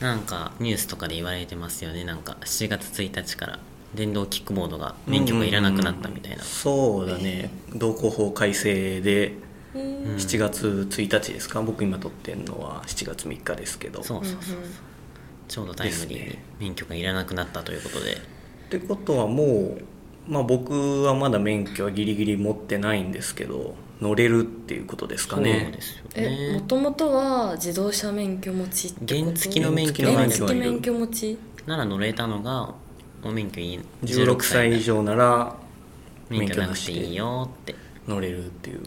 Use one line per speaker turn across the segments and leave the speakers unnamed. なんかニュースとかで言われてますよねなんか7月1日から電動キックボードが免許がいらなくなったみたいな、
そうだね道交法改正で
へえ
うん
7月1日ですか、僕今撮ってんのは7月3日ですけど
そうそうそう
うんうん
ちょうどタイムリー
です
に
ね
免許がいらなくなったということで
ってことはもう、まあ、僕はまだ免許はギリギリ持ってないんですけど乗れるっていうことですか
そう
ね
ですよ
えも
ね
ともとは自動車免許持ちってこと
原付の免許
原
が
原
付
付免許持ち
なら乗れたのがお免許いい
16歳以上なら
免許なくていいよって
乗れるっていう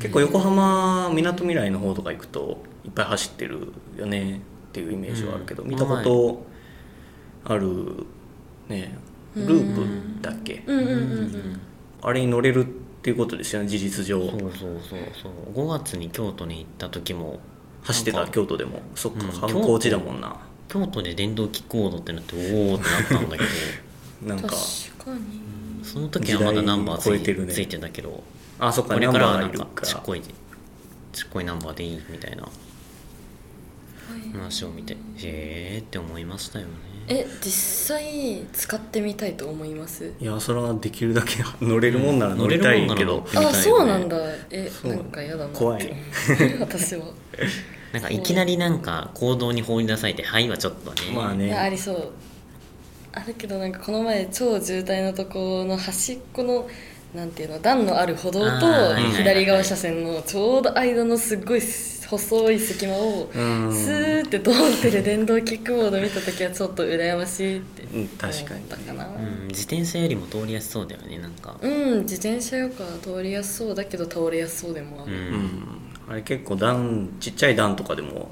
結構横浜みなとみらいの方とか行くといっぱい走ってるよねっていうイメージはあるけど、
うん
見たことあるねループだっけ、
うんうんうんう
うん
ん
あれに乗れるっていうことですよね事実上
そうそうそうそう5月に京都に行った時も
走って
な
た
んか
京都でもそっか、
うん
観光地だもんな
京都で電動キックボードってなっておおってなったんだけ ど
なんか
確かに
その時はまだナンバーつ
時代を超え
い
て
て,、
るね
ついてたけど
あそっか
これからは
ナ
な
ン
ん
バーが
か
いる
ちっこいちっこいナンバーでいいみたいな話を見てへえって思いましたよね
え実際使ってみたいと思います
いやそれはできるだけ 乗れるもんなら乗りたいけど、
乗れるもんなら乗ってみたいよ
あ
ね
そうなんだえ
そう
なんか嫌だなって
怖い
私は
なんかいきなりなんか行動に放り出されて「はい」はちょっと ね
まあ
いやあ
ね
りそうあるけどなんかこの前超渋滞のとこの端っこのなんていうの段のある歩道
あー
と
はいはいはい
左側車線のちょうど間のすっごい細い隙間を
うん
スーって通ってる電動キックボード見た時はちょっと羨ましいって
うん確か
思ったか
に
な
うん、自転車よりも通りやすそうだよねなんか
うん自転車よくは通りやすそうだけど倒れやすそうでもあ
う、
る、
うんんあれ結構段ちっちゃい段とかでも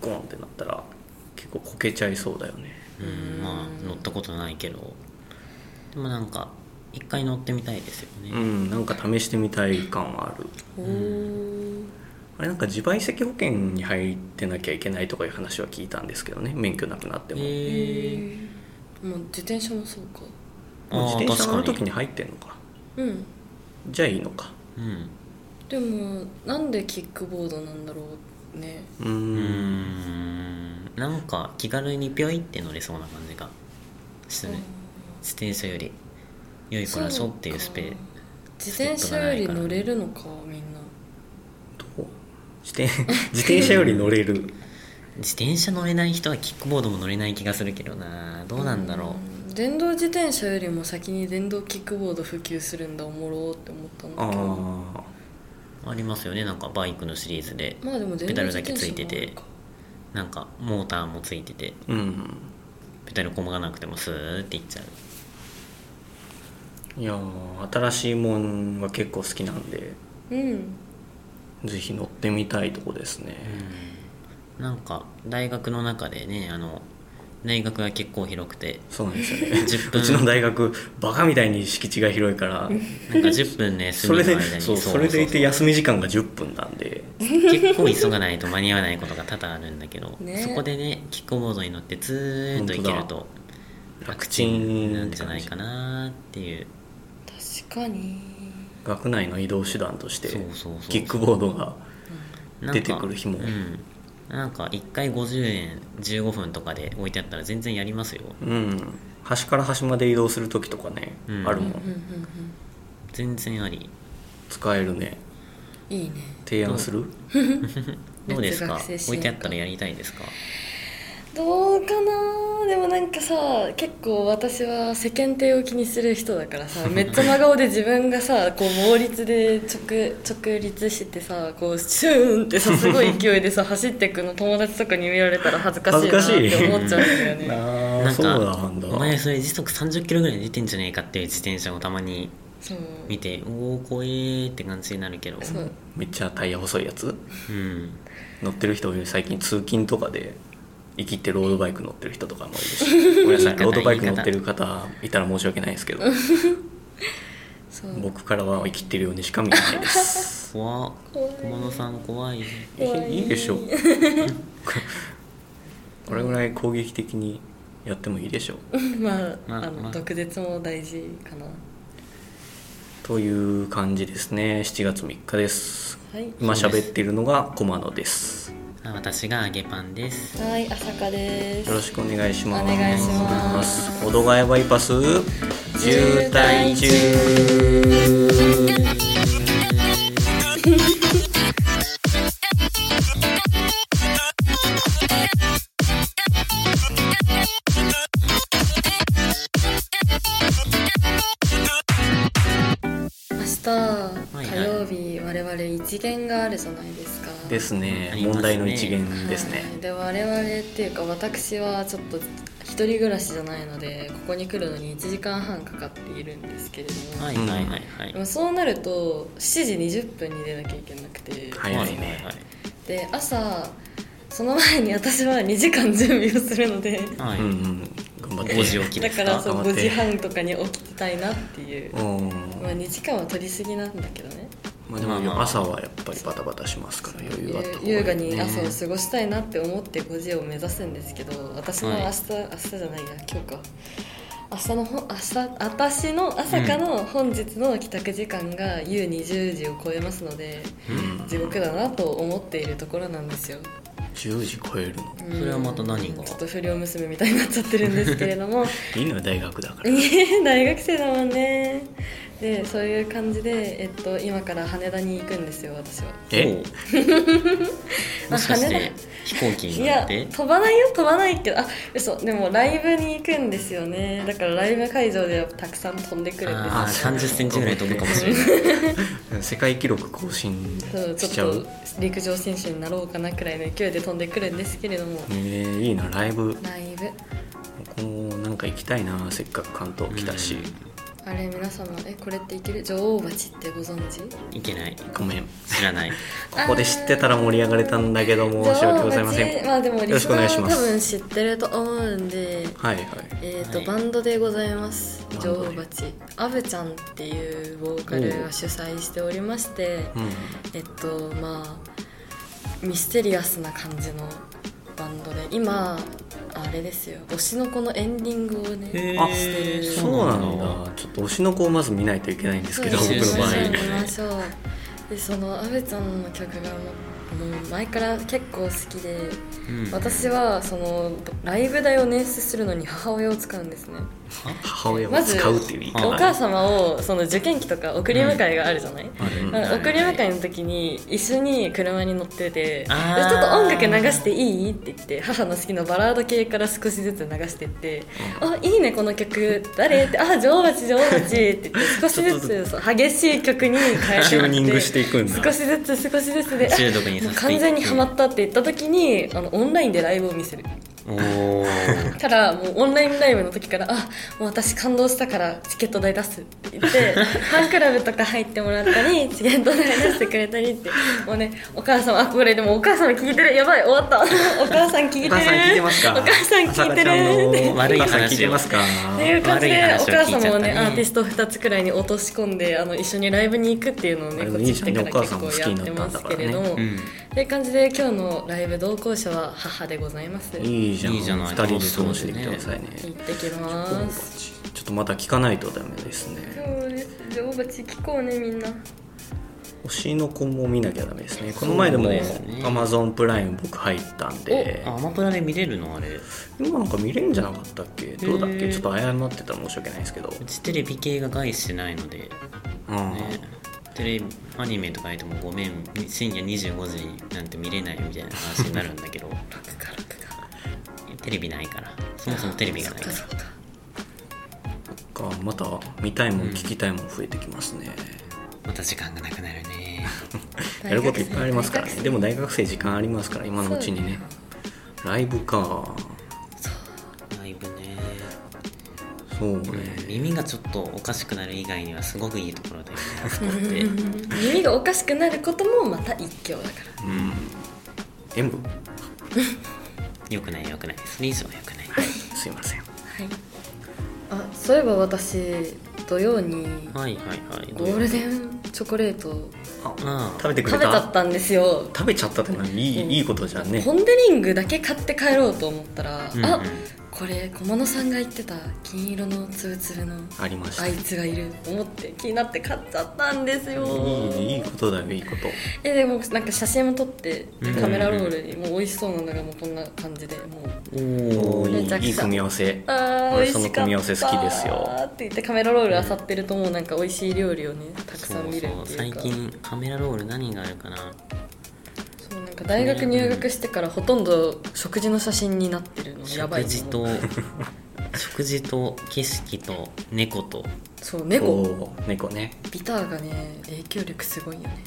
ゴンってなったら結構こけちゃいそうだよね
うんまあ乗ったことないけどでもなんか一回乗ってみたいですよね、
うんなんか試してみたい感はある
おー
あれなんか自賠責保険に入ってなきゃいけないとかいう話は聞いたんですけどね免許なくなって
え
も、
ー、
へーまあ自転車もそうか
もう自転車乗る
あー確
時
か
に入ってんのか
うん
じゃあいいのか
にうん
でもなんでキックボードなんだろうね
うーん
うーんなんか気軽にピョイって乗れそうな感じがする、自転車より良いからしょっていうスペ
自転車より乗れるのかみんな
どう自転自転車より乗れる
自転車乗れない人はキックボードも乗れない気がするけどなどうなんだろ
うん電動自転車よりも先に電動キックボード普及するんだおもろーって思ったん だ
あ
けど
う、
あ
ありますよねなんかバイクのシリーズで
まあでも
ペ
電
ダ
動
ル
自
だけ
転
つ
車
いてて
もあるか
なんかモーターもついてて
うん
ペダルこもがなくてもスーっていっちゃう
いやー新しいもんは結構好きなんで
うん
ぜひ乗ってみたいとこですね、
なんか大学の中でねあの大学が結構広くて
そうなんです よね
10
う
分
ちの大学バカみたいに敷地が広いから
なんか10分 ね
そ
休み
れ
の間
で
に
そうそれでいて休み時間が10分なんで
結構急がないと間に合わないことが多々あるんだけど、
ね
そこでねキックボードに乗ってずーっと行けると
楽
チ
ち
ン
ん
なんじゃないかなっていう
確かに
学内の移動手段として
そうそうそう
キックボードが
なんか
出てくる日も
うんなんか1回50円15分とかで置いてあったら全然やりますよ
うん端から端まで移動する時とかね、
うん
あるも
うんうん
ん
全然あり
使えるね
うんいいね
提案する
どうですか
学生支
置
援
いてあったらやりたいですか
どうかなでもなんかさ結構私は世間体を気にする人だか らさめっちゃ真顔で自分がさこう猛烈で直直立してさこうシューンってさすごい勢い でさ走ってくの友達とかに見られたら恥ずかしいなっ
恥ずかしい
て思っちゃうんだ よね
あ
なん
そう
か
なんだ
お前それ時速30キロぐらい出てんじゃねえかっていう自転車をたまに
そう
見ておお怖えーって感じになるけど
そう
めっちゃタイヤ細いやつ
うん
乗ってる人多いよ最近通勤とかで生きてロードバイク乗ってる人とかもい るしごめんなさい
言い方
ロードバイク乗ってる方いたら申し訳ないですけど
そう
僕からは生きてるようにしか見えないです
怖っ
怖い
小物さん 怖い
い
怖
い
い
いでしょうこれぐらい攻撃的にやってもいいでしょう
まあ、
まあ
あの
まあ
毒舌も大事かな
という感じですね7月3日です
はい
今喋っているのが駒野です
あ私が揚げパンです
はい朝香です
よろしくお願いします
お願いします
小戸ヶ谷バイパス渋滞中
明日、
い
火曜日我々一限があるじゃないですか
ですね
ありますね
問題の一元
はい
ですね
で我々っていうか私はちょっと一人暮らしじゃないのでここに来るのに1時間半かかっているんですけれども、
はいはいはいはい
でもそうなると7時20分に出なきゃいけなくて、
はい早いね
で朝その前に私は2時間準備をするので
はいはい、
う
は
んう
い
ん頑張って
5時起きで
だ
す
か
から
そう
頑張
5
って
時半とかに起きてたいなっていう、
うん
まあ、2時間は取りすぎなんだけどね
まあで
まあま
も
あ
朝はやっぱりバタバタしますから余裕があった方がいい
優
ね
雅に朝を過ごしたいなって思って5時を目指すんですけど私の明日、
はい
明日じゃないや今日か明日のほ明日私の朝かの本日の帰宅時間が U20 時を超えますので
うん
地獄だなと思っているところなんですよ、
10時超えるの
うん
それはまた何が
ちょっと不良娘みたいになっちゃってるんですけれども
いいのは大学だから
大学生だもんねでそういう感じで、えっと、今から羽田に行くんですよ私は
え
お もしかして飛行機
い
に乗
や
って
飛ばないよ飛ばないけどあ嘘でもライブに行くんですよねだからライブ会場ではたくさん飛んでくるん
あ
です
3 0センチぐらい飛ぶかもしれない
世界記録更新
そう
し
ち
ち
ょ
ゃ
っと
う
陸上選手になろうかなくらいの勢いで飛んでくるんですけれども
えー、いいなライブ
ライブ
こうなんか行きたいなせっかく関東来たし、
あれ皆様えこれっていける女王蜂ってご存知
いけない
ごめん
知らない
ここで知ってたら盛り上がれたんだけど申し訳ございま
女王
せ
蜂
ん
ま
は
あでも
よろ
リ
し
ス
くお願
ナ
いし
ーは
ます
多分知ってると思うんで
いはい
えーと
はい
バンドでございます
バン
女
ド
王
で
蜂アブちゃんっていうボーカルが主催しておりまして、
うん
えっとまあミステリアスな感じのバンドで今あれですよ「推しの子」のエンディングをね
へ
あ
してる
そ
そうな
そうなん
んだちょっと推しの子をまず見ないといけないんですけど
そう
僕
です
の場合
ね
見ましょうでその阿部ちゃんの曲がもうもう前から結構好きで
うん
私はそのライブ代を捻出するのに母親を使うんですね
母親を使うっていう言い
まず
方
お
はい
母様をその受験期とか送り迎えがあるじゃない、
うん
あの送り迎えの時に一緒に車に乗ってて「でちょ
あー
っと音楽流していい?」って言って母の好きなバラード系から少しずつ流してって「あいいねこの曲誰?」って「あ女王蜂女王蜂」って言って少しずつそう激しい曲に変えて
チューニン
い
グ
っ
してていくん
少
だ
しずつ少しずつであ
中毒に
もう
させて
完全にハマったって言った時にあのオンラインでライブを見せる
おおー
ただもうオンラインライブの時から「あもう私感動したからチケット代出す」って言っ てファンクラブとか入ってもらったりチケット代出してくれたりってもうねお母様あこれでもお母様聞いてるやばい終わった お母さん聞いてる
お母さん聞いてますか
お母さん聞いてる
お
悪い
母さん
話を
聞いてますか
っていう感じで
悪い話を聞
お
いちゃ
母
ったね
様をねアーティスト2つくらいに落とし込んであの一緒にライブに行くっていうのをね
あれ
こ
も
っ
いい
ち
じ
来
ゃ
て
んね
から
お母
結
さんも
構
好き
や
に
っ
な
て
った
ま
んだ
す
か
け
らね
れどもっ
うん
ていう感じで今日のライブ同行者は母でございます行
いいじゃん
いいじゃない
2人で楽しんできてくださいね
ってきます
ちょっとまた聞かないとダメですね
そうです。女王蜂聞こうねみんな。
推しの子も見なきゃダメですねこの前でも
そうですね
Amazon プライム僕入ったんで
あアマプラで見れるのあれう
今なんか見れるんじゃなかったっけどうだっ
へ
け
ー
ちょっと謝ってたら申し訳ないですけど
ちテレビ系が害してないので
うん
ねテレビアニメとか言ってもごめん深夜25時になんて見れないみたいな話になるんだけどテレビないからそもそもテレビがないから
かまた見たいもん聞きたいもん増えてきますね
また時間がなくなるね
やることいっぱいありますからねで
も
も大学生時間ありますから今のうちにねライブか
ライブね
そうね
耳がちょっとおかしくなる以外にはすごくいいところであそこって
耳がおかしくなることもまた一興だから。
うん演舞
よくないよくないそれ以上はよくない
すいません
はい。あそういえば私土曜に
はいはいはい
ゴールデンチョコレートを
あ
食べてく
食
れ
べち
た
ゃったんですよ
食べちゃったってのはいい,、いいことじゃんね
ポン・デ・リングだけ買って帰ろうと思ったら、
うんうん
あこれ小物さんが言ってた金色のつぶつぶの
ありました
あいつがいると思って気になって買っちゃったんですよ
いいいいことだよいいこと
えでもなんか写真も撮って
うん
カメラロールにもう美味しそうなのがもうこんな感じでもう
お
お
お
ー
めちゃく
いいいい
ちゃ
組み合わせ
あー
俺
美味しか
そ
った
の組み合わせ好きですよ
って言ってカメラロールあさってるともうなんか美味しい料理をねたく
そ
さ
う
ん見る
そう
ってい
最
うか
近カメラロール何があるかな
そうなんか大学入学してからほとんど食事の写真になってるのやば
食
い
事
思う
と食事と景色と猫と
そう猫
おー猫ね
ビターがね影響力すごいよね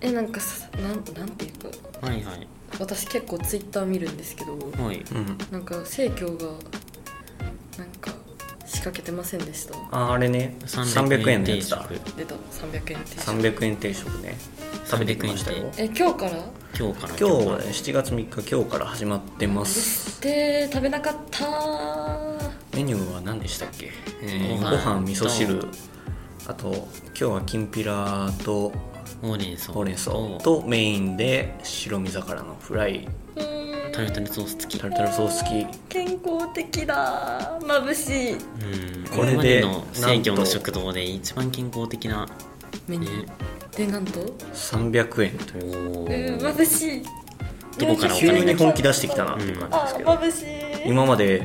えなんかさなんなんていうか
はいはい
私結構ツイッター見るんですけど
はい
うん
なんか生協がなんか仕掛けてませんでした
ああれね300円のやつだ
定食
出た300円定食
300円定食ね食べてきましたよ
え今日から
今日から
今日
から
はね7月3日今日から始まってます
で食べなかったー
メニューは何でしたっけ、えー
ご
ご
飯
飯味噌汁
と
あと今日はきんぴらと
ほうれん草
ほうれん草とメインで白身魚のフライ
うーん
タルタルソース付き
タルタルソース付き
健康的だー眩しい
うん
こ
こ
れ
れ
で
までの生協の食堂で一番健康的な
メニューでなんと
300円という
お
う
お
ー眩しい
どこからお
急
金
に
が
本気出してきたなっていう感じで
あ
すけど
眩しい
今まで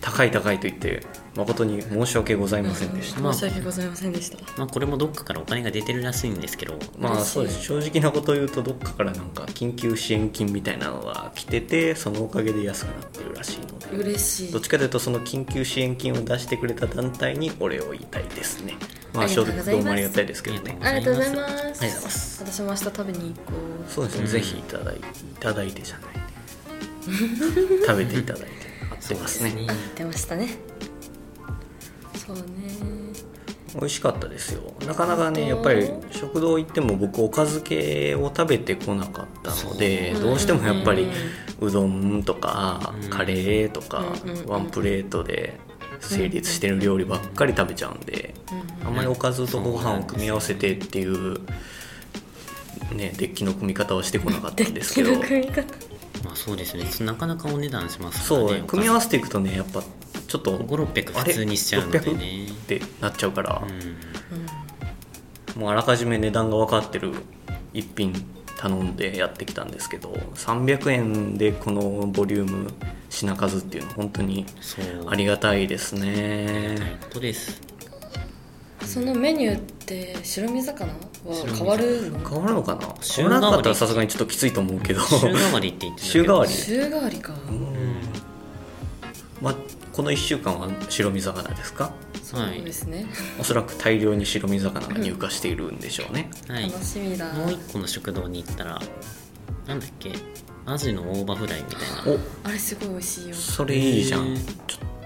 高い高いと言って誠に申し訳ございませんでした
申し訳ございませんでした
まあこれもどっかからお金が出てるらしいんですけど
まあそうです正直なことを言うとどっかからなんか緊急支援金みたいなのが来ててそのおかげで安くなってるらしいので
嬉しい
どっちかというとその緊急支援金を出してくれた団体にお礼を言いたいですね。ま
あ
あ
り
正
がとう
直
ござ
ど
いうます
もありがたいですけどね
あ。
ありがとうございます
あり
がとうございます
私も明日食べに行こう
そうですね、
うん
ぜひいただいていただいてじゃないね食べていただいて合って ますね
あ出ましたねそうね
美味しかったですよなかなかねやっぱり食堂行っても僕おかず系を食べてこなかったので
そう
どうしてもやっぱり
うん
うどんとか
うん
カレーとか
うん
ワンプレートで成立してる料理ばっかり食べちゃうんで。
うんうん
あんまりおかずとご飯を組み合わせてっていう、ね、デッキの組み方をしてこなかったんですけ
デ
ど
ッキの組み方
まあそうですねなかなかお値段しますからね
そう組み合わせていくとねやっぱちょっと
5600
あ
普
れ
通にしちゃうのでね
600ってなっちゃうから
う、ん
もうあらかじめ値段が分かってる一品頼んでやってきたんですけど300円でこのボリューム品数っていうのは本当に
そう
ありがたいですね
がたいこと です
そのメニューって白身魚は変わるの
変わるのかな
週
変
替
わ
わり
らなかったらさすがにちょっときついと思うけど
週替わりって言ってたけど
週替わり
週替わりか、
まあ、この1週間は白身魚ですか
そうですね、
おそらく大量に白身魚が入荷しているんでしょうね
はい
楽しみだ
もう一個の食堂に行ったらなんだっけアジの大葉フライみたいな
お
あれすごい美味しいよ
それいいじゃん
へー
ちょ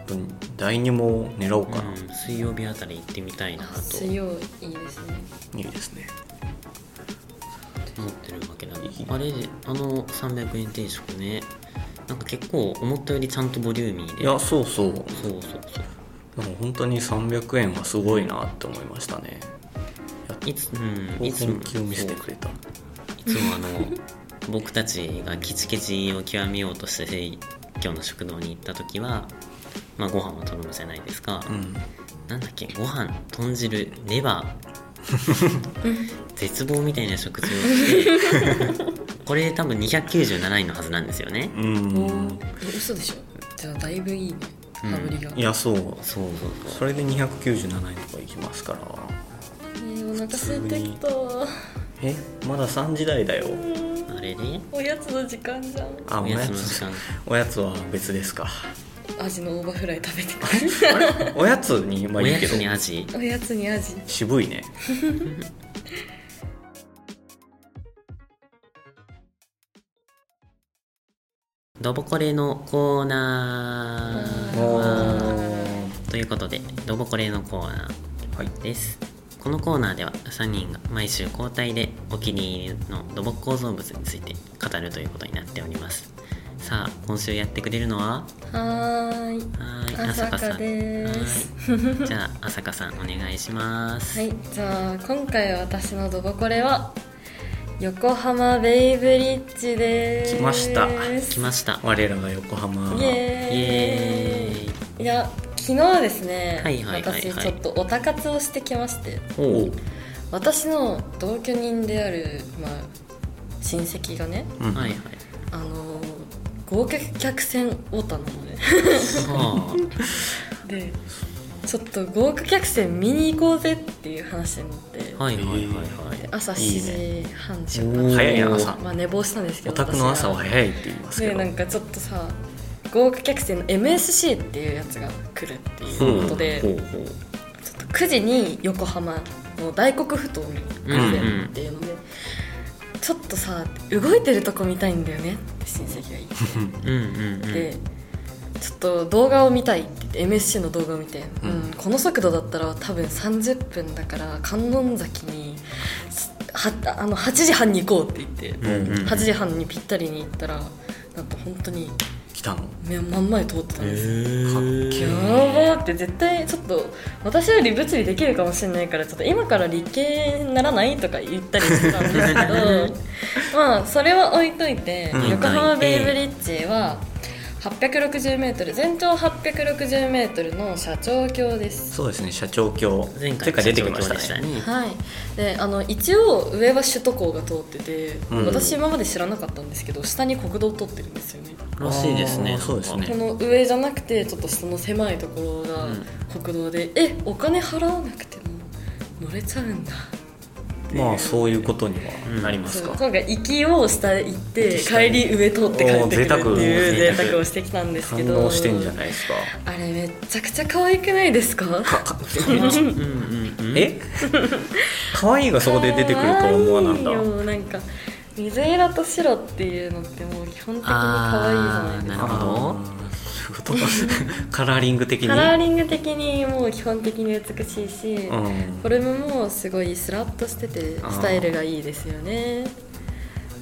っと第2も狙おうかな、
うん、水曜日あたり行ってみたいな
あ
と
水曜いいですね
いいですね
思ってるわけなんであれあの300円定食ねなんか結構思ったよりちゃんとボリューミーで
いやそうそうで
そうそうそう
も本当に300円はすごいなって思いましたね
いつ,、うん、いつも
本気を見せてくれた
いつもあの 僕たちがキチキチを極めようとして今日の食堂に行った時は、まあ、ご飯を頼むじゃないですか、
うん
なんだっけご飯豚汁レバー 絶望みたいな食事をしてこれ多分297位のはずなんですよね
うん
え嘘でしょじゃあだいぶいいね
うん
羽振りが、
いやそう
そうそうそ
それで297円とかいきますから
えーお腹空いてきた
えまだ3時台だよ
うあれね
おやつの時間じゃん
あ
お
お
や
や
つの時
つ
間
おやつは別ですか
アジの大葉フライ食べてくる
おやつにまあ
お
い
や
いけ
つ
ど
にアジ
おやつにアジ
渋いね
ドボコレのコーナーということでドボコレのコーナ
はい
ーですこのコーナーでは3人が毎週交代でお気に入りの土木構造物について語るということになっておりますさあ今週やってくれるのは
はーい
はーい
朝香
朝香さん
です
はーいじゃあ朝香さんお願いします
はいじゃあ今回私のドボコレは横浜ベイブリッジです
来ました
来ました
我らが横浜
イエーイ
イエ
いや昨日ですね、
はいはいはいはい
私ちょっとおたかつをしてきまして
おう、
私の同居人である、まあ、親戚がね
うん
はいはい
あの豪華客船オタなのね
は
で ちょっと豪華客船見に行こうぜっていう話になって、
あはいはいはいはい
で朝
いいね
7時半出
お
発
ー早いな朝
まあ、寝坊したんですけ
お
ど
宅の朝は
私
早いって言いますけ
で
ど、
なんかちょっとさ豪華客船の MSC っていうやつが来るっていうことで、
ほうほう
ちょっと9時に横浜の大黒ふ頭に来るっていうので、ちょっとさ動いてるとこ見たいんだよねって親戚が
うんうんうん
言って、ちょっと動画を見たいって言って MSC の動画を見て、
う
うんんこの速度だったら多分30分だから観音崎にはあの8時半に行こうって言って、
うんうん
8時半にぴったりに行ったらなんか本当に
来たのか
目真ん前通ってた
へ
んですよ
ー
っけ
や
え
ばーって絶対ちょっと私より物理できるかもしれないからちょっと今から理系にならないとか言ったりしてたんですけどまあそれは置いといて
うん
横浜ベイブリッジは 860m 全長 860m の社長橋です。
そうですね社長橋
前回
前回出てきましたね
社長橋でし
はい、であの一応上は首都高が通ってて、
うん
私今まで知らなかったんですけど下に国道通ってるんですよね
らしいです
あ
ね
ーそうですね
この上じゃなくてちょっと下の狭いところが
うん
国道で、えお金払わなくても乗れちゃうんだ
まあそういうことにはなります
そう
か、
今回行きを下へ行って
下へ
帰り上通って帰ってくるって
おー
いう
贅
贅
沢
沢をしてきたんですけ
反
ど
応してんじゃないですか
あれめっちゃくちゃ可愛くないですか
うんうんうん
え可愛いがそこで出てくるとは思わなんだ
可愛いよなんか水色と白っていうのってもう基本的に可愛いじゃないで
あ
す
ーな
か
るほど
あーそういうことかカラーリング的に
カラーリング的にもう基本的に美しいし、
うん
フォルムもすごいスラッとしてて
あー
スタイルがいいですよねっ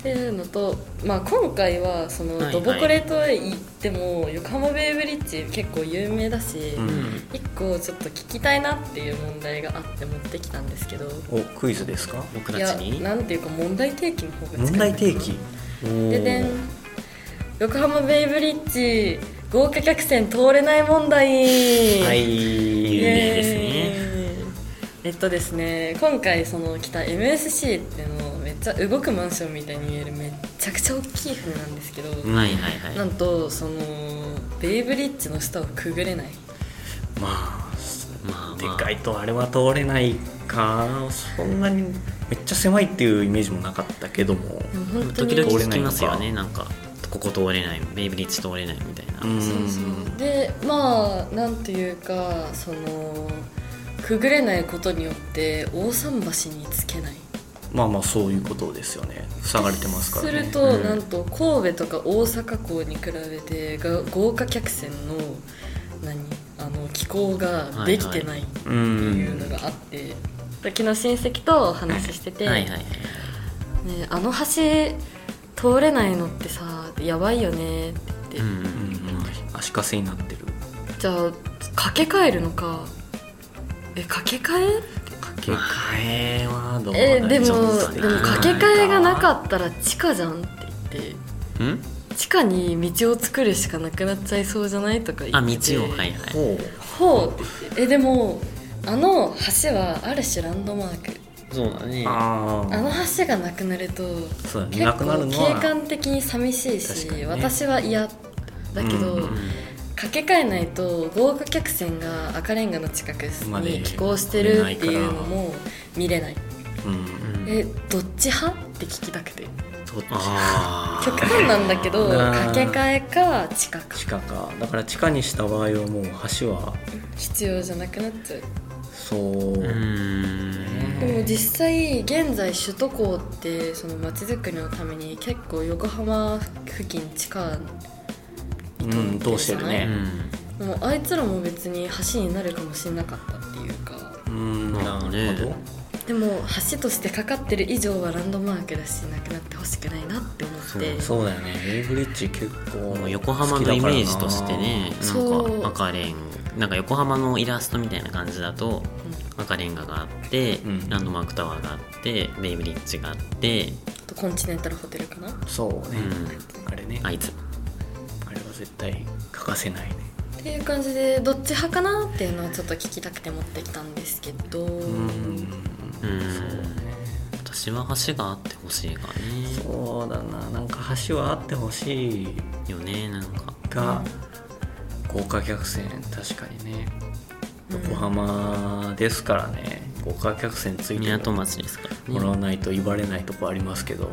ていうのと、まあ、今回はそ
はいは
の
い
ドボコレといっても横浜ベイブリッジ結構有名だし、
う
うんん
一個ちょっと聞きたいなっていう問題があって持ってきたんですけど
おクイズですか
僕
い
た
や
ちに
なんていうか問題提起の方が近い
問題提起おー
ででん横浜ベイブリッジ豪華客船通れない問題
はい
有名ですね
えっとですね今回その来た MSC っていうのをめっちゃ動くマンションみたいに見えるめっちゃくちゃ大きい船なんですけど、
うん
はいはい
な
はい
んとそのベイブリッジの下をくぐれない
ま
まあ
あでかいとあれは通れないかそんなにめっちゃ狭いっていうイメージもなかったけども
でも本当に
時々聞きますよねなんかここ通れないベイブリッジ通れないみたいな
うん
そうそうでまあなんというかそのくぐれないことによって大桟橋につけない
まあまあそういうことですよね塞がれてますからね
すると、
うん
なんと神戸とか大阪港に比べてが豪華客船の何あの気候ができてないって
う
いうの
ん
があって、昨日親戚とお話ししてて、
はいはい
ね、あの橋通れないのってさやばいよねって言
う
って、
んう
うんん足かせになってる
じゃあ架け替えるのかえ架け替え
掛け替えはどう
えでもでも
そうだね
架け替えがなかったら地下じゃんって言って。
うん
地下に道を作るしかなくなっちゃいそうじゃないとか言
あ
ってて
道をはいはい
ほ
ほうって言ってえでもあの橋はある種ランドマーク
そうだね
うあ
あの
あ
橋がなくなると
そうだね
結
なくなる
構
の
景
は
観的に寂しいし、
確かにね
私は嫌だけど、
うんうん
うん
架け替えないと豪華客船が赤レンガの近く
まで
に寄港してるっていうのも見れない
うん
うん
えどっち派って聞きたくて
そっち
あー
極端なんだけど
あ
架
ー
け替えか地下か
地下かだから地下にした場合はもう橋は
必要じゃなくなっちゃう
そう、
うーん
でも実際現在首都高ってその街づくりのために結構横浜付近地下
うん通してる
う
ね
ん
もうあいつらも別に橋になるかもしれなかったっていうか
うん
なるほど
なるほど
でも橋としてかかってる以上はランドマークだしなくなってほしくないなって思って
そうそうだよねベイブリッジ結構
もう横浜のイメージとしてね
好きだから
な
なん
か赤レンなんか横浜のイラストみたいな感じだと赤レンガがあって、
うん
ランドマークタワーがあってベイブリッジがあって
あとコンチネンタルホテルかな
そうね、
う
あれね
あいつ
あれは絶対欠かせないね
っていう感じでどっち派かなっていうのをちょっと聞きたくて持ってきたんですけど、
うん
うん
そうね
私は橋があってほしいがね
そうだななんか橋はあってほしい
よねなんか
が豪華客船確かにね
うん
横浜ですからね豪華客船ついて
港町ですから
もら
ね
わないと言われないとこありますけど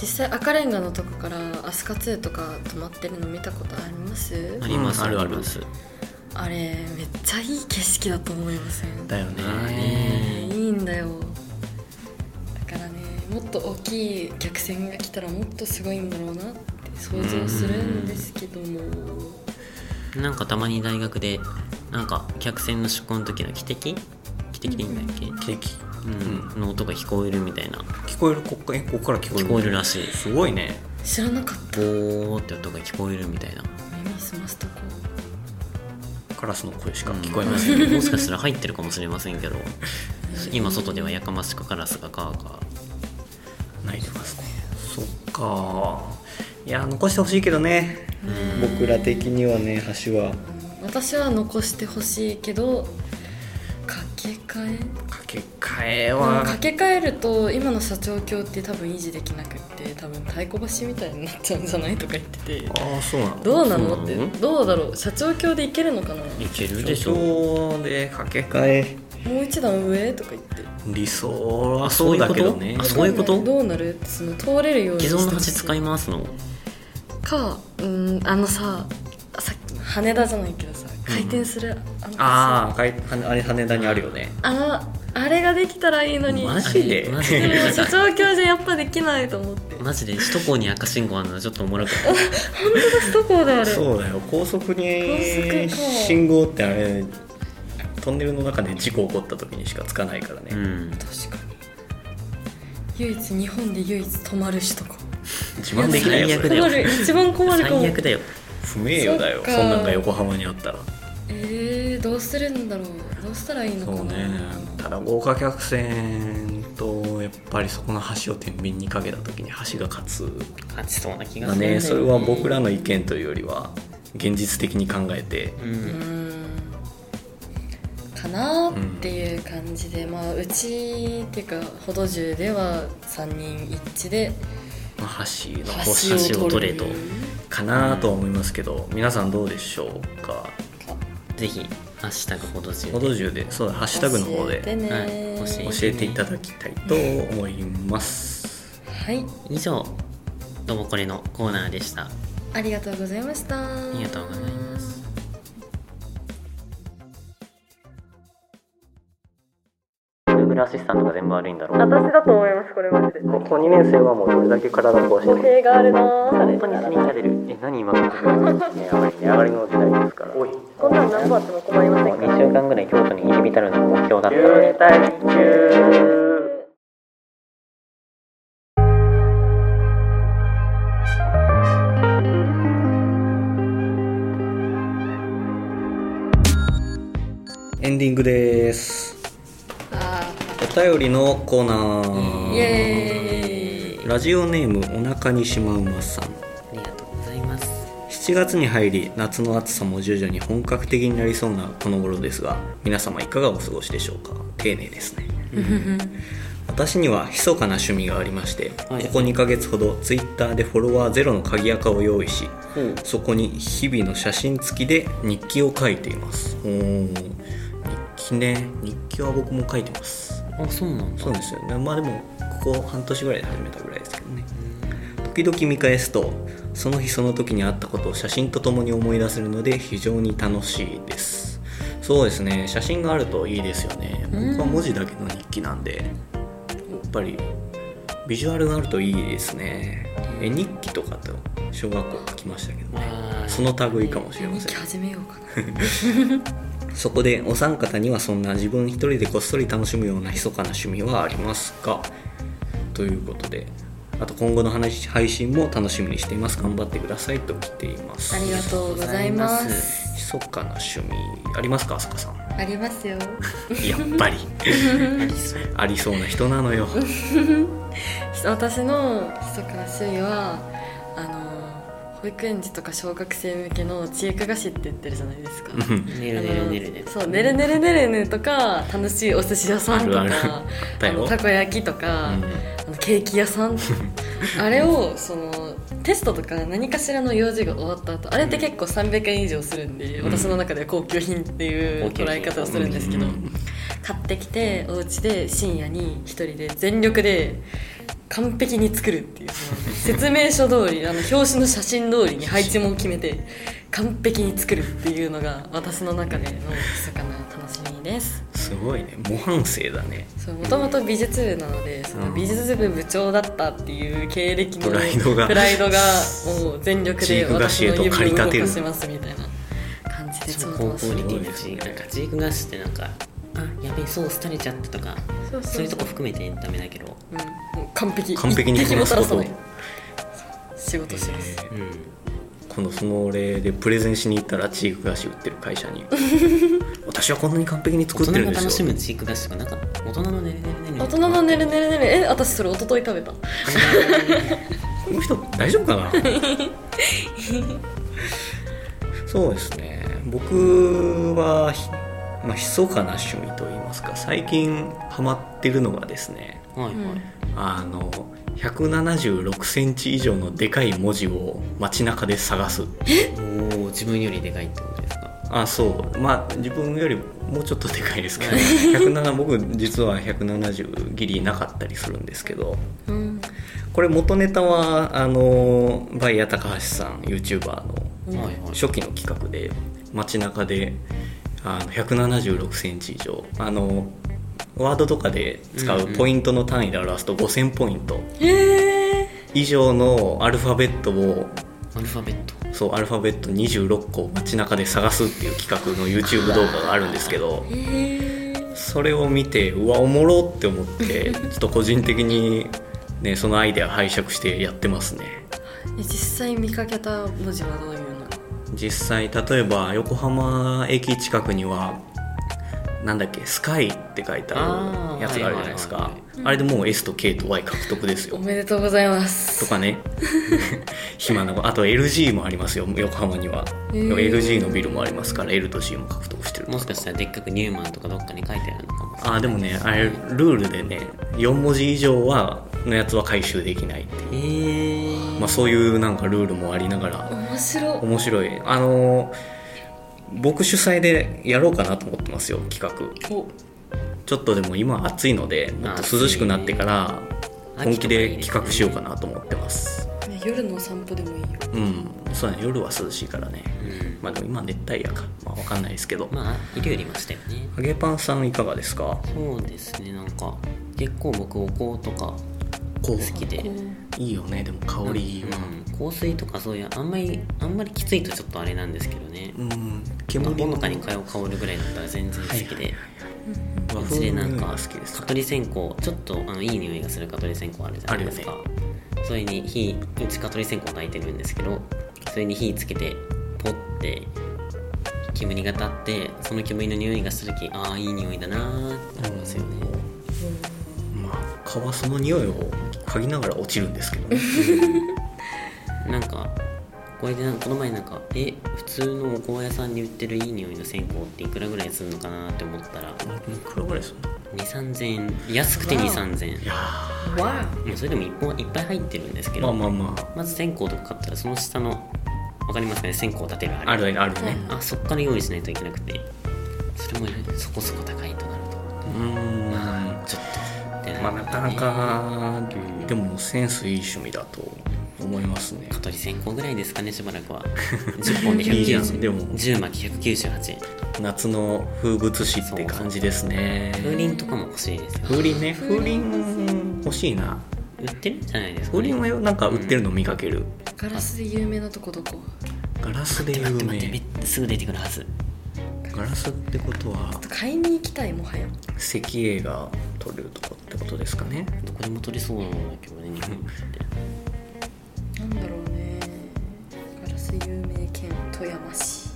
実際赤レンガのとこからアスカ2とか泊まってるの見たことあります
あります
うんあるある
ります
あれめっちゃいい景色だと思いません
だよね
まあね
いいんだよだからねもっと大きい客船が来たらもっとすごいんだろうなって想像するんですけども
なんかたまに大学でなんか客船の出航の時の汽笛汽笛でいいんだっけ、
奇跡
うんの音が聞こえるみたいな
聞こえるこっかえここから聞こえる
聞こえるらしいです
すごいね
知らなかった
ボーって音が聞こえるみたいな
耳澄ますとこ
カラスの声しか聞こえません、
せんもしかしたら入ってるかもしれませんけど今外ではやかましくカラスがカーカー
泣いてますねそっかいや残してほしいけどね僕ら的にはね橋は
私は残してほしいけどかけ替え
かけ替え
でも
は
かけ替えると今の社長卿って多分維持できなくって多分太鼓橋みたいになっちゃうんじゃないとか言ってて
ああそうなの
どうなの
そう
って
なの
どうだろう社長卿でいけるのかない
けるで
で
し
し
ょ
ょでかけ替え
もう一段上とか言って
理想はそうだけどね
あそういうこと
わかんなどうなるってその通れるように
既
して
存の
ほ
橋
しい
使いますの
かうんあのささっきの羽田じゃないけどさ回転する、あの橋
ああかいはあれ羽田にあるよね
あのあれができたらいいのに
マジで
マジ
でも社
で
長卿じゃやっぱできないと思って
マジで首都高に赤信号あるのちょっとおもろかった
どこであれ
そうだよ高速に
高速か
信号ってあれトンネルの中で事故起こった時にしかつかないからね、
うん
確かに唯一日本で唯一止まるしとか
自慢できない
いや
や
最悪
つ
だよ
困る一番困るかも
最悪だよ
不名誉だよ
そ
そ
っか
んなんが横浜にあったら
えー、どうするんだろうどうしたらいいのか
そ
な
うねただ豪華客船とやっぱりそこの橋を天秤にかけた時に橋が勝つ
勝ちそうな気が
ます
るん
あ
だよ
ねそれは僕らの意見というよりは現実的に考えて
う
うー
ん
んかなーっていう感じで、まあうちっていうかほど重では3人一致で
まあ橋の
橋
星
橋
を
を
取
取
る
れと
かなとは思いますけど皆さんどうでしょうか
か
ぜひ「ハッシュタグほどじゅ
報道中でそうだハッシュタグの方
教えて
で
ね
はい教え
教
て
えていただきたいと思います
はい
以上「どうもこれ」のコーナーでした
ありがとうございました
ありがとうございますグーグルアシスタントが全部悪いんだろう
私だと思いますこれマジで
高校2年生はもうどれだけ体壊して
性があるなー
本当に死にかれるえ何今のところ
値上がりの時代ですからおい
こんなの何個あっても困りません
2週間ぐらい京都に入り浸るのが目標だった
対中エンディングです
あ
お便りのコーナー
ーイエ ーイ
ラジオネームお腹にしまうまさん
ありがとうございます
7月に入り夏の暑さも徐々に本格的になりそうなこの頃ですが皆様いかがお過ごしでしょうか丁寧ですね、私には密かな趣味がありまして、
はい
ここ2ヶ月ほど Twitter でフォロワーゼロの鍵垢を用意しそこに日々の写真付きで日記を書いていますおー日記ね日記は僕も書いてます
あそうなんだ
そうですよねまあでもここ半年ぐらいで始めたぐらいですけどね時々見返すとその日その時にあったことを写真とともに思い出せるので非常に楽しいですそうですね写真があるといいですよね僕は文字だけの日記なんでやっぱりビジュアルがあるといいですね絵日記とかと小学校来ましたけどね
あー
その類かもしれま
日
せん
記始めようかな
そこでお三方にはそんな自分一人でこっそり楽しむような密かな趣味はありますかということであと今後の話配信も楽しみにしています頑張ってくださいと来ています
ありがとうございます
密かな趣味ありますかあさかさん
ありますよ
やっぱり
ありそう
ありそうな人なの よ
私の密かな趣味はあの保育園児とか小学生向けの知恵かがしって言ってるじゃないですか
うん
ねるねるねるね
あのそう「ねるねるねるね」とか楽しいお寿司屋さんとか
あるあるだ
あ
よ
のたこ焼きとか、あのケーキ屋さん とかあれをそのテストとか何かしらの用事が終わった後あれって結構300円以上するんで、
うん
私の中では高級品っていう
高級品
捉え方をするんですけど、
うん
買ってきてお家で深夜に一人で全力で完璧に作るっていうその説明書通りあの表紙の写真通りに配置も決めて完璧に作るっていうのが私の中での密かな楽しみです
すごいね模範生だね
もともと美術部なのでその美術部部長だったっていう経歴の
プライドが
プラ イドがもう全力
チー
で
ク菓
私
子へ
の
と
指
駆り
を動
立てる
かしますみたいな感じで
そ
そうう
高
楽し
校
み
に
に
行くなんかジークガスってなんかあやべえソース垂れちゃったとか
そう
そういうとこ含めてエンタメだけど
うんもう完璧
完璧にこな すこと
一滴も垂らさない仕事します、
えー
うん
今度そのお礼でプレゼンしに行ったらチーク菓子売ってる会社に私はこんなに完璧に
大
作っ
人
てるん
が
で
楽
す
し
よ
むチークガスとかなんかった大人のねるねるねるね
大人のねるねるねるえ私それ一昨日食べた
この人大丈夫かなそうですね僕はひまあ、密かな趣味と言いますか最近ハマってるのがですね
はいはい、
あの176センチ以上のでかい文字を街中で探す
おお自分よりでかいってことですか
あそうまあ自分よりもうちょっとでかいですけど107僕実は170ギリなかったりするんですけど
うん
これ元ネタはあのバイヤー高橋さん YouTuber の
はいはい
初期の企画で街中であの176センチ以上あのワードとかで使うポイントの単位で表すと5000ポイント
へえ
以上のアルファベットを
アルファベット
そうアルファベット26個を街中で探すっていう企画の YouTube 動画があるんですけど
へえ
それを見てうわおもろって思ってちょっと個人的に、ね、そのアイデア拝借してやってますね
実際見かけた文字はどういうの
実際例えば横浜駅近くにはなんだっけスカイって書いて
あ
あ
ー
るやつがあるじゃないで
は
す
い
か
はい
あれでもう S と K と Y 獲得です
お
よ
めでとうございま
と
す
かね暇な子あと LG もありますよ横浜には、
へー
LG のビルもありますから L と C も獲得してる
もしかしたらでっかくニューマンとかどっかに書いてあるのかも
あーでもねあれルールでね4文字以上はのやつは回収できないっていう、
えー
まあ、そういうなんかルールもありながら
面白
面白いあのー僕主催でやろうかなと思ってますよ企画
お
ちょっとでも今暑いのでもっと涼しくなってか
暑
ら
いね
本気で企画しようかなと思ってます
ね夜のお散歩でもいいよ
うんそうだね夜は涼しいからね
うん
まあでも今熱帯夜かまあ分かんないですけど
まあ昼よりましたよね
揚げパンさんいかがですか
そうですねなんか結構僕お香とか
こ
好
う
きで
いいよねでも香りは
うん、香水とかそういうあんまりあんまりきついとちょっとあれなんですけどね、
うん
まあ、ほ
煙
の
の
かに香るぐらいだったら全然好きで
和
うち
風
で
の
なん
匂いが
か
好きです
蚊取り線香ちょっとあのいい匂いがする蚊取り線香あるじゃないですか、
ある
それに火うち蚊取り線香焚いてるんですけどそれに火つけてポッて煙が立ってその煙の匂いがした時ああいい匂いだなーって思いますよね、
まあ蚊はその匂いを嗅ぎながら落ちるんですけどね
なんかこれでなんかこの前なんかえ普通のお香屋さんに売ってるいい匂いの線香っていくらぐらいするのかなって思ったら
いくらぐらいするの
23000円安くて
わあ
23000円
いや
わ
もうそれでも1本いっぱい入ってるんですけ
ー
ど、
まあ
ま
まあま
ず線香とか買ったらその下のわかりますかね線香立てるあれ
ああるあるね
あそっから用意しないといけなくてそれもそこそこ高いとなると
うん
まあちょっとってる
まあなかなかでもセンスいい趣味だと思いますね
蚊取り線香ぐらいですかねしばらくは10本で
いいじゃん
190
でも
10巻き198円
夏の風物詩って感じですね
風鈴とかも欲しいですよ
風鈴ね風鈴欲しいな
売ってるんじゃないですか、
風
ね、
鈴はよなんか売ってるの見かける
あガラスで有名なとこどこ
ガラスで有
待って待って
名
めすぐ出てくるはず
ガラスってことは
ちょっと買いに行きたいもはや
石英が取れるとこってことですかね
どこでも取れそうなんだけどね日本って
なんだろうねガラス有名県富山市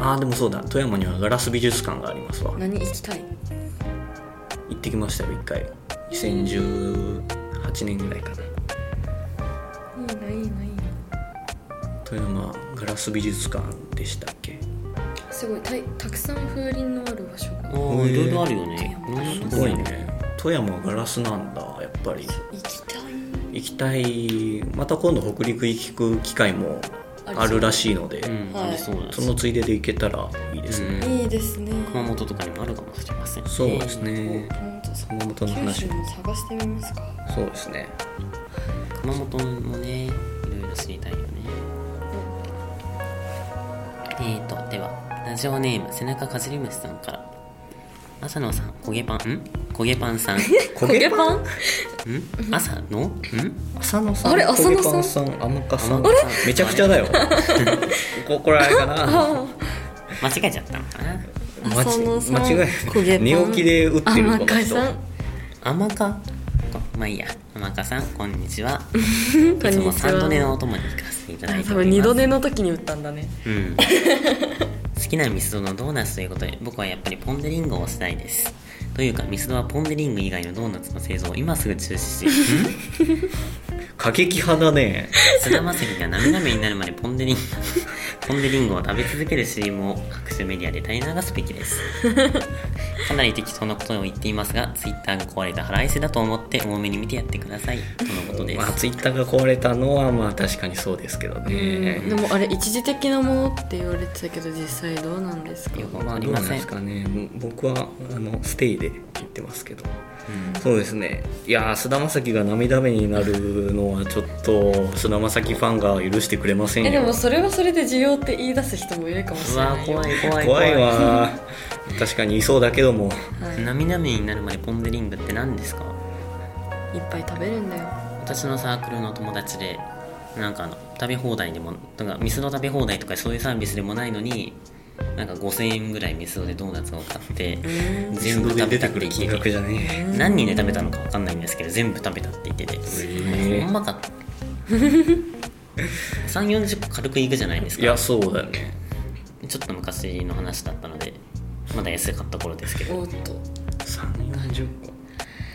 ああでもそうだ富山にはガラス美術館がありますわ
何行きたい
行ってきましたよ一回2018年ぐらいかない
いないいないい
富山ガラス美術館でしたっけ
なすごいたいたくさん風鈴のある場所が
ああいろいろあるよね
えー
うん
すごいね富山はガラスなんだやっぱり
行きたい
行きたいまた今度北陸行く機会もあるらしいので、
うん、
はい
ありそうなんで
そ
すよ
のついでで行けたらいいですね、
うん
いいですね
熊本とかにもあるかもしれません
そうですね
本当
熊本の
九
話
州も探してみますか
そうですね
熊本もねいろいろ知りたいよねえーとではラジオネーム背中かじり虫さんから朝のさん焦げパンん焦げパンさんん
焦
パン
朝のん
浅野さん
あれ浅野さ
焦げ
ん
パンさん甘香さん
あれ
めちゃくちゃだ よここられかな
間違えちゃったのかな
間
浅野さん
間違
焦げ
え
パン
寝起きで打ってるこ
甘
の
香
人
さん
甘かこまあいいや甘かさんこんにちは
こん
いつ
に
も
ち
三度寝の
は
お供に行かせていただいております
多分二度寝の時に打ったんだね
うん好きなミスドのドーナツということで僕はやっぱりポン・デ・リングを推したいですというかミスドはポン・デ・リング以外のドーナツの製造を今すぐ中止 しん
過激派だね
菅田将暉が涙目になるまでポン・デ・リングポン・デ・リングを食べ続ける CM を各種メディアで垂れ流すべきです かなり適当なことを言っていますが Twitter が壊れた腹いせだと思って多めに見てやってくださいとのことです、
まあツイッターが壊れたのはまあ確かにそうですけどね
でもあれ一時的なものって言われてたけど実際どうなんですか
よくわ
ま
か
あ
り
どう
ま
なん
せ
で
ん
すかね僕はあのステイで行ってますけどそうですねいやー菅田将暉が涙目になるのはちょっと菅田将暉ファンが許してくれません
えで
よ
もそれはそれで需要って言い出す人もいるかもし
う
れ
わ
ないよ
怖い怖い
怖いわー確かにいそうだけども
は
涙目になるまでポン・デ・リングって何ですか
い、いっぱい食べるんだよ
私のサークルの友達でなんかあの食べ放題でもなんかミスド食べ放題とかそういうサービスでもないのになんか5000円ぐらいミスドでドーナツを買って全部食べたって
金
言っ
額
て
じゃね
て何人で食べたのか分かんないんですけど全部食べたって言ってて
ー
ほんまかった3 4 0個軽くいくじゃないです
いや
か
そうだね
ちょっと昔の話だったのでまだ安かった頃ですけど
おっと
3 4 0個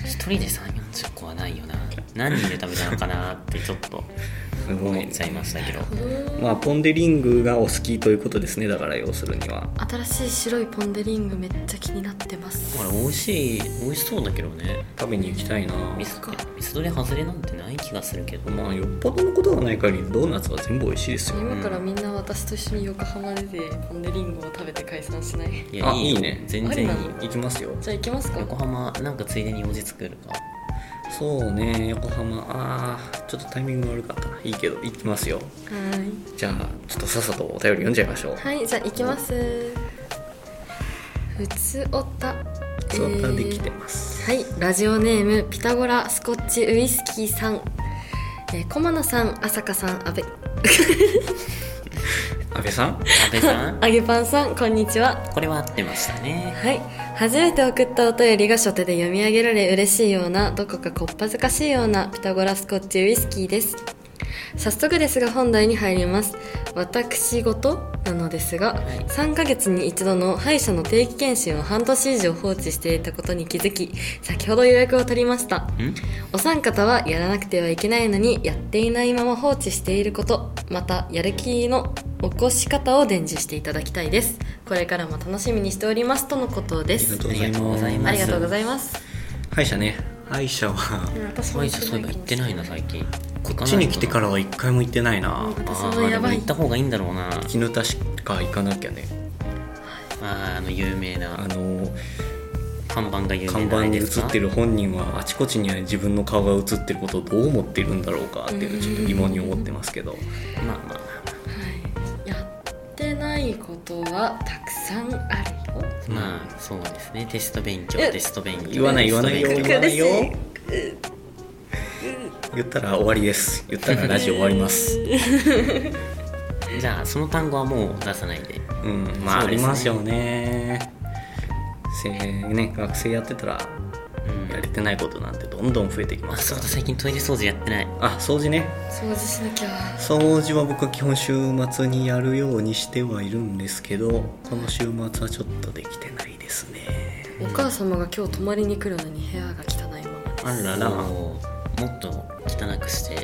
1人で3 4 0個はないよな何人で食べたのかなってちょっと
すご
思
い
っちゃいましたけど
まあポン・デ・リングがお好きということですねだから要するには
新しい白いポン・デ・リングめっちゃ気になってます
これ美味しい美味しそうだけどね
食べに行きたいな
ミスミスドで外れなんてない気がするけど
まあよっぽどのことがない限りドーナツは全部美味しいですよ
今からみんな私と一緒に横浜出てポン・デ・リングを食べて解散しない
いや
あ
いいよ
いいね
全然いい
ありなの
行きますよ
じゃあ行きますか
横浜なんかついでに用事作るか
そうね横浜あーちょっとタイミング悪かったないいけど行きますよ
はい
じゃあちょっとさっさとお便り読んじゃいましょう
はいじゃあ行きますふつおた
ツアー
えー
できてます、
はい、ラジオネームピタゴラスコッチウイスキーさん、えー、駒野さん、朝香さん、阿部
安倍さん
阿部さ ん
揚げパンさん、こんにちは。
これは合ってましたね
はい、初めて送ったお便りが初手で読み上げられ嬉しいような、どこかこっぱずかしいようなピタゴラスコッチウイスキーです。早速ですが本題に入ります私事なのですが、
い
3ヶ月に一度の歯医者の定期検診を半年以上放置していたことに気づき先ほど予約を取りました
ん
お三方はやらなくてはいけないのにやっていないまま放置していることまたやる気の起こし方を伝授していただきたいですこれからも楽しみにしておりますとのことです
ありがとうござい
あ
ま
りが
す
とうございます
歯医者ね歯医者は
私
歯医者そういえば行ってないな最近こ
こっちに来てからは一回も行ってないな
あ
私
ー
も
まあで
や
も
ばい
行った方がいいんだろうな
絹田しか行かなきゃね
あーあの有名
あ
な
の
看板が有名な
看板に映
あれですか
ってる本人はあちこちに自分の顔が映ってることをどう思ってるんだろうかっていうのをちょっと疑問に思ってますけど
まあまあま
はい、やってないことはたくさんあるよ。
あまあそうですねテスト勉強
え
テスト勉強
言わない言わないよ
テスト勉強
言わないよ言ったら終わりです言ったらラジオ終わります
じゃあその単語はもう出さないで
うんま
そ
ああ
うで
り
すね
ますよねせね学生やってたら
うん
やれてないことなんてどんどん増えてきま
あ
す
そう
か
だ最近トイレ掃除やってない
らあ掃除ね
掃除しなきゃ
掃除は僕は基本週末にやるようにしてはいるんですけどこの週末はちょっとできてないですね
お母様が今日泊まりに来るのに部屋が汚いままです
あら
も
ら
うもっと汚く して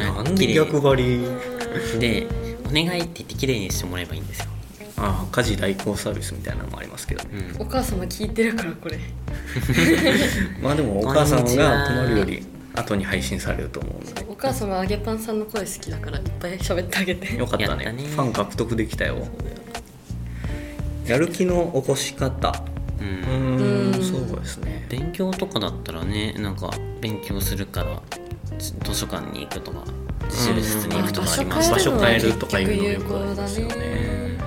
な
汚
ん
い綺
で逆
麗
張り
でお願いって言って綺麗にしてもらえばいいんですよ、
あ家事代行サービスみたいなのもありますけど
う
ね
ん
お母様聞いてるからこれ
まあでもお母さん
こんにち
が
は
泊まるより後に配信されると思うんで
お母様揚げパンさんの声好きだからいっぱい喋ってあげて
よかったね
やったね
ファン獲得できたよやる気の起こし方
う
うんー
うんん
そうですね
勉強とかだったらねなんか勉強するからつ図書館に行くとか自習室に行くとかありま
うん
す
場
場
け
所
所
ど、
変える
変えるとかいうのよくありますよ
結局
ね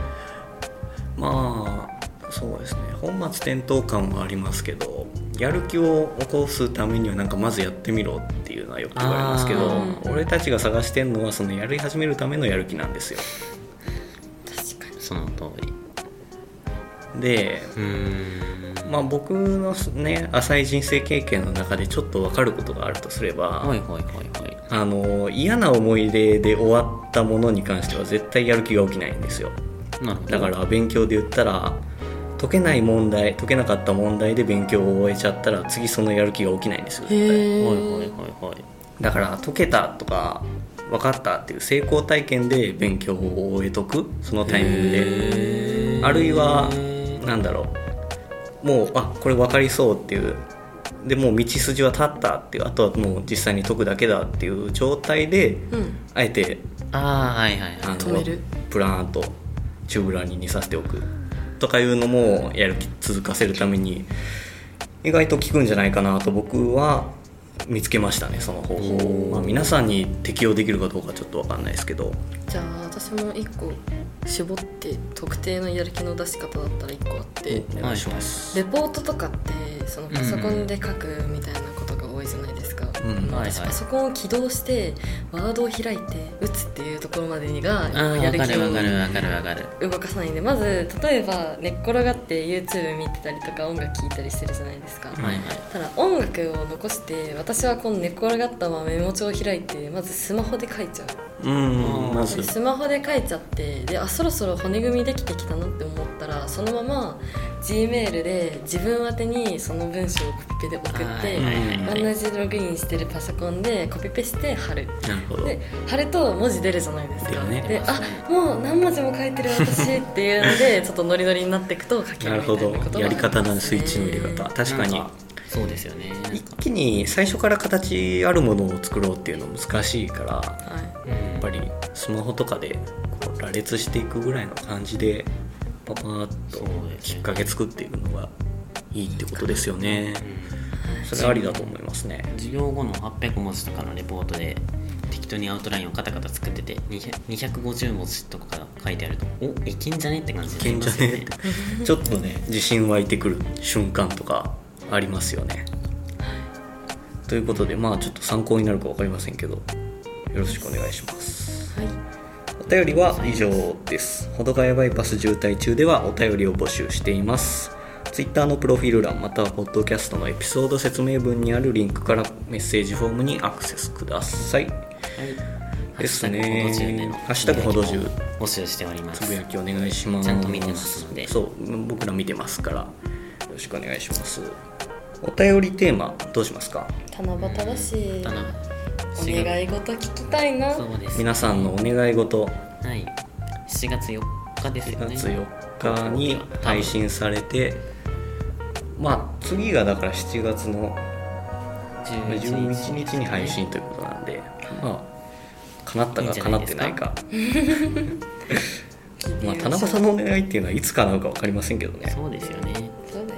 まあそうですね本末転倒感はありますけどやる気を起こすためにはなんかまずやってみろっていうのはよく言われますけど
あ
ー
俺たちが探してんのはそのやり始めるためのやる気なんですよ
確かに
その通り
で
うーん
まあ僕のね浅い人生経験の中でちょっと分かることがあるとすれば、
はいはいはいはい
あの嫌な思い出で終わったものに関しては絶対やる気が起きないんですよ
なるほど
だから勉強で言ったら解けない問題解けなかった問題で勉強を終えちゃったら次そのやる気が起きないんですよ絶対
はい
へ
はい
え
はいはい
だから解けたとか分かったっていう成功体験で勉強を終えとくそのタイミングであるいはなんだろうもうあこれ分かりそうっていうでもう道筋は立ったっていうあとはもう実際に解くだけだっていう状態で
うん
あえて
ああはいはい
あ
は
の
い
止める
プラーンとチューブラに煮させておくとかいうのもやる気続かせるために意外と効くんじゃないかなと僕は見つけましたねその方法、まあ、皆さんに適用できるかどうかちょっと分かんないですけど
じゃあ私も一個絞って特定のやる気の出し方だったら一個あって
お願いします、
レポートとかってそのパソコンで書くみたいなことが多いじゃないですか、
うん
はいはい
私パソコンを起動してワードを開いて打つっていうところまでにが
ああ
や
わ
る
か
気
るわ
を
かるわかるわかる
動かさないんでまず例えば寝っ転がって YouTube 見てたりとか音楽聴いたりしてるじゃないですか、
はいはい
ただ音楽を残して私はこの寝っ転がったままメモ帳を開いてまずスマホで書いちゃう
うんまず
でスマホで書いちゃってであそろそろ骨組みできてきたなって思ったらそのまま G メールで自分宛てにその文章をコピペで送って、
はいはいは
同
い
じログインしてるパソコンでコピペして貼る
なるほど
で貼ると文字出るじゃないです
出
か、
るね
であもう何文字も書いてる私っていうのでちょっとノリノリになっていくと書け
な
る
る
みた
ほ
いなこと
ど
が
や
あ
り方
り
の
ます
スイ
ね
ッチの入れ方確かに
なんそうですよねなん
一
か
気に最初から形あるものを作ろうっていうのは難しいから
は
うん
やっぱりスマホとかでこう羅列していくぐらいの感じでパパーっと
そうです
き
ね
っかけ作っていくのがいいってことですよね
うん
それありだと思いますね
授業後の800文字とかのレポートで適当にアウトラインをカタカタ作ってて200 250文字とか書いてあるとおいけんじゃねって感じ
いけんじゃね
になりますよ
ちょっとね自信湧いてくる瞬間とかありますよねということでまあちょっと参考になるか分かりませんけどよろしくお願いします
い、はい
お便りは以上です。保土ヶ谷バイパス渋滞中ではお便りを募集しています。Twitter のプロフィール欄またはポッドキャストのエピソード説明文にあるリンクからメッセージフォームにアクセスください。
はい
ですね
ハッシュタグほどじゅうでの
ハッシュタグほどじゅう
募集しております
つぶやきお願いします。
ちゃんと見てますので
そう、僕ら見てますからよろしくお願いします。お便りテーマどうしますか？
七夕だし
ただ
お願い事聞きたいな
そうです
皆さんのお願い事
はい7月4日ですよ
4
ね
月4日に配信されて、まあ次がだから7月の
11
11日に配信ということなんで、まあ叶った
いい
か
んじゃない
叶っ
で
て
す
な
か
いか
聞いてみ
まあ
ましょう
田中さんのお願いっていうのはいつ叶うか分かりませんけどね
そうですよね
そうだ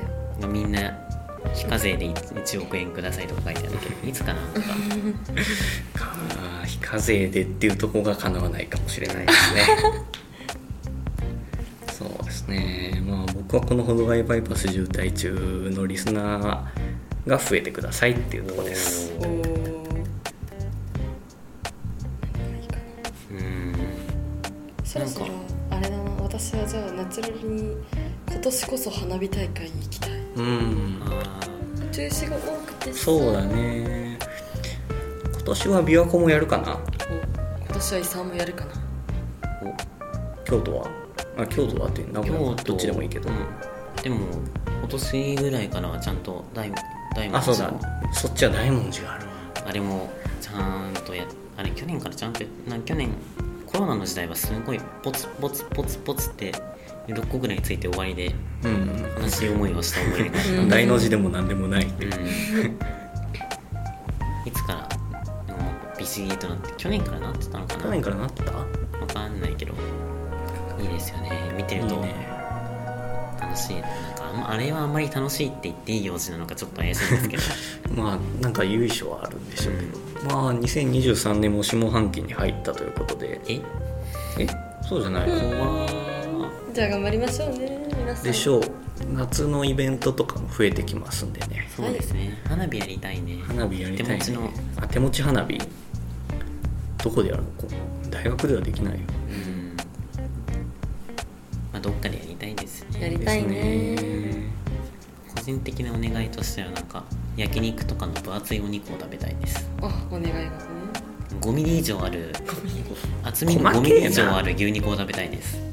よ
みんな非課税で 1, 億円くださいとか書いてあるけどいつかなとか
あー非課税でっていうところが叶わないかもしれないで すねそうですねまあ僕はこの「ほどがいバイパス渋滞中」のリスナーが増えてくださいっていうところです
おー
うーん
そろそろあれだな私はじゃあ夏ロリに今年こそ花火大会に行きたい
うん
あ
中止が多くてさ
そうだね今年は琵琶湖もやるかな
お今年は遺産もやるかな
ーお
京都はあ京都はって名古屋
京
は
都
どっちでもいいけど、
うんでも今年ぐらいからはちゃんと大大
あ
門
そう
寺
だ
の
そっちは大文字があるわ
あれもちゃんとやあれ去年からちゃんとやな去年コロナの時代はすごいポツポツポツポツって6個ぐらいついて終わりで
うん
悲しい思いをした思 い出が
うん
大の字でも何でもない
うんいつからでもビシギとなって去年からなってたのか
去
な
年からなってた
わかんないけどいいですよね見て
い
ると
いね
楽しいなんかあんまあれはあんまり楽しいって言っていい用事なのかちょっと怪しいんです
まあなんか由緒はあるん でしょうけど、まあ2023年も下半期に入ったということで
けど
えそうじゃない、
え怖ー
じゃあ頑張りましょうね皆さん
でしょう夏のイベントとかも増えてきますんでね
そうですね花火やりたいね
花火やりたい、ね、
手持ちの
あ手持ち花火どこでやるのこ大学ではできないよ
うんまあどっかでやりたいですね
やりたいね
ですね
個人的なお願いとしてはなんか焼肉とかの分厚いお肉を食べたいです
あお願い事ね
5ミリ以上ある厚みの
細
5
け
ミ
えな
リ以上ある牛肉を食べたいです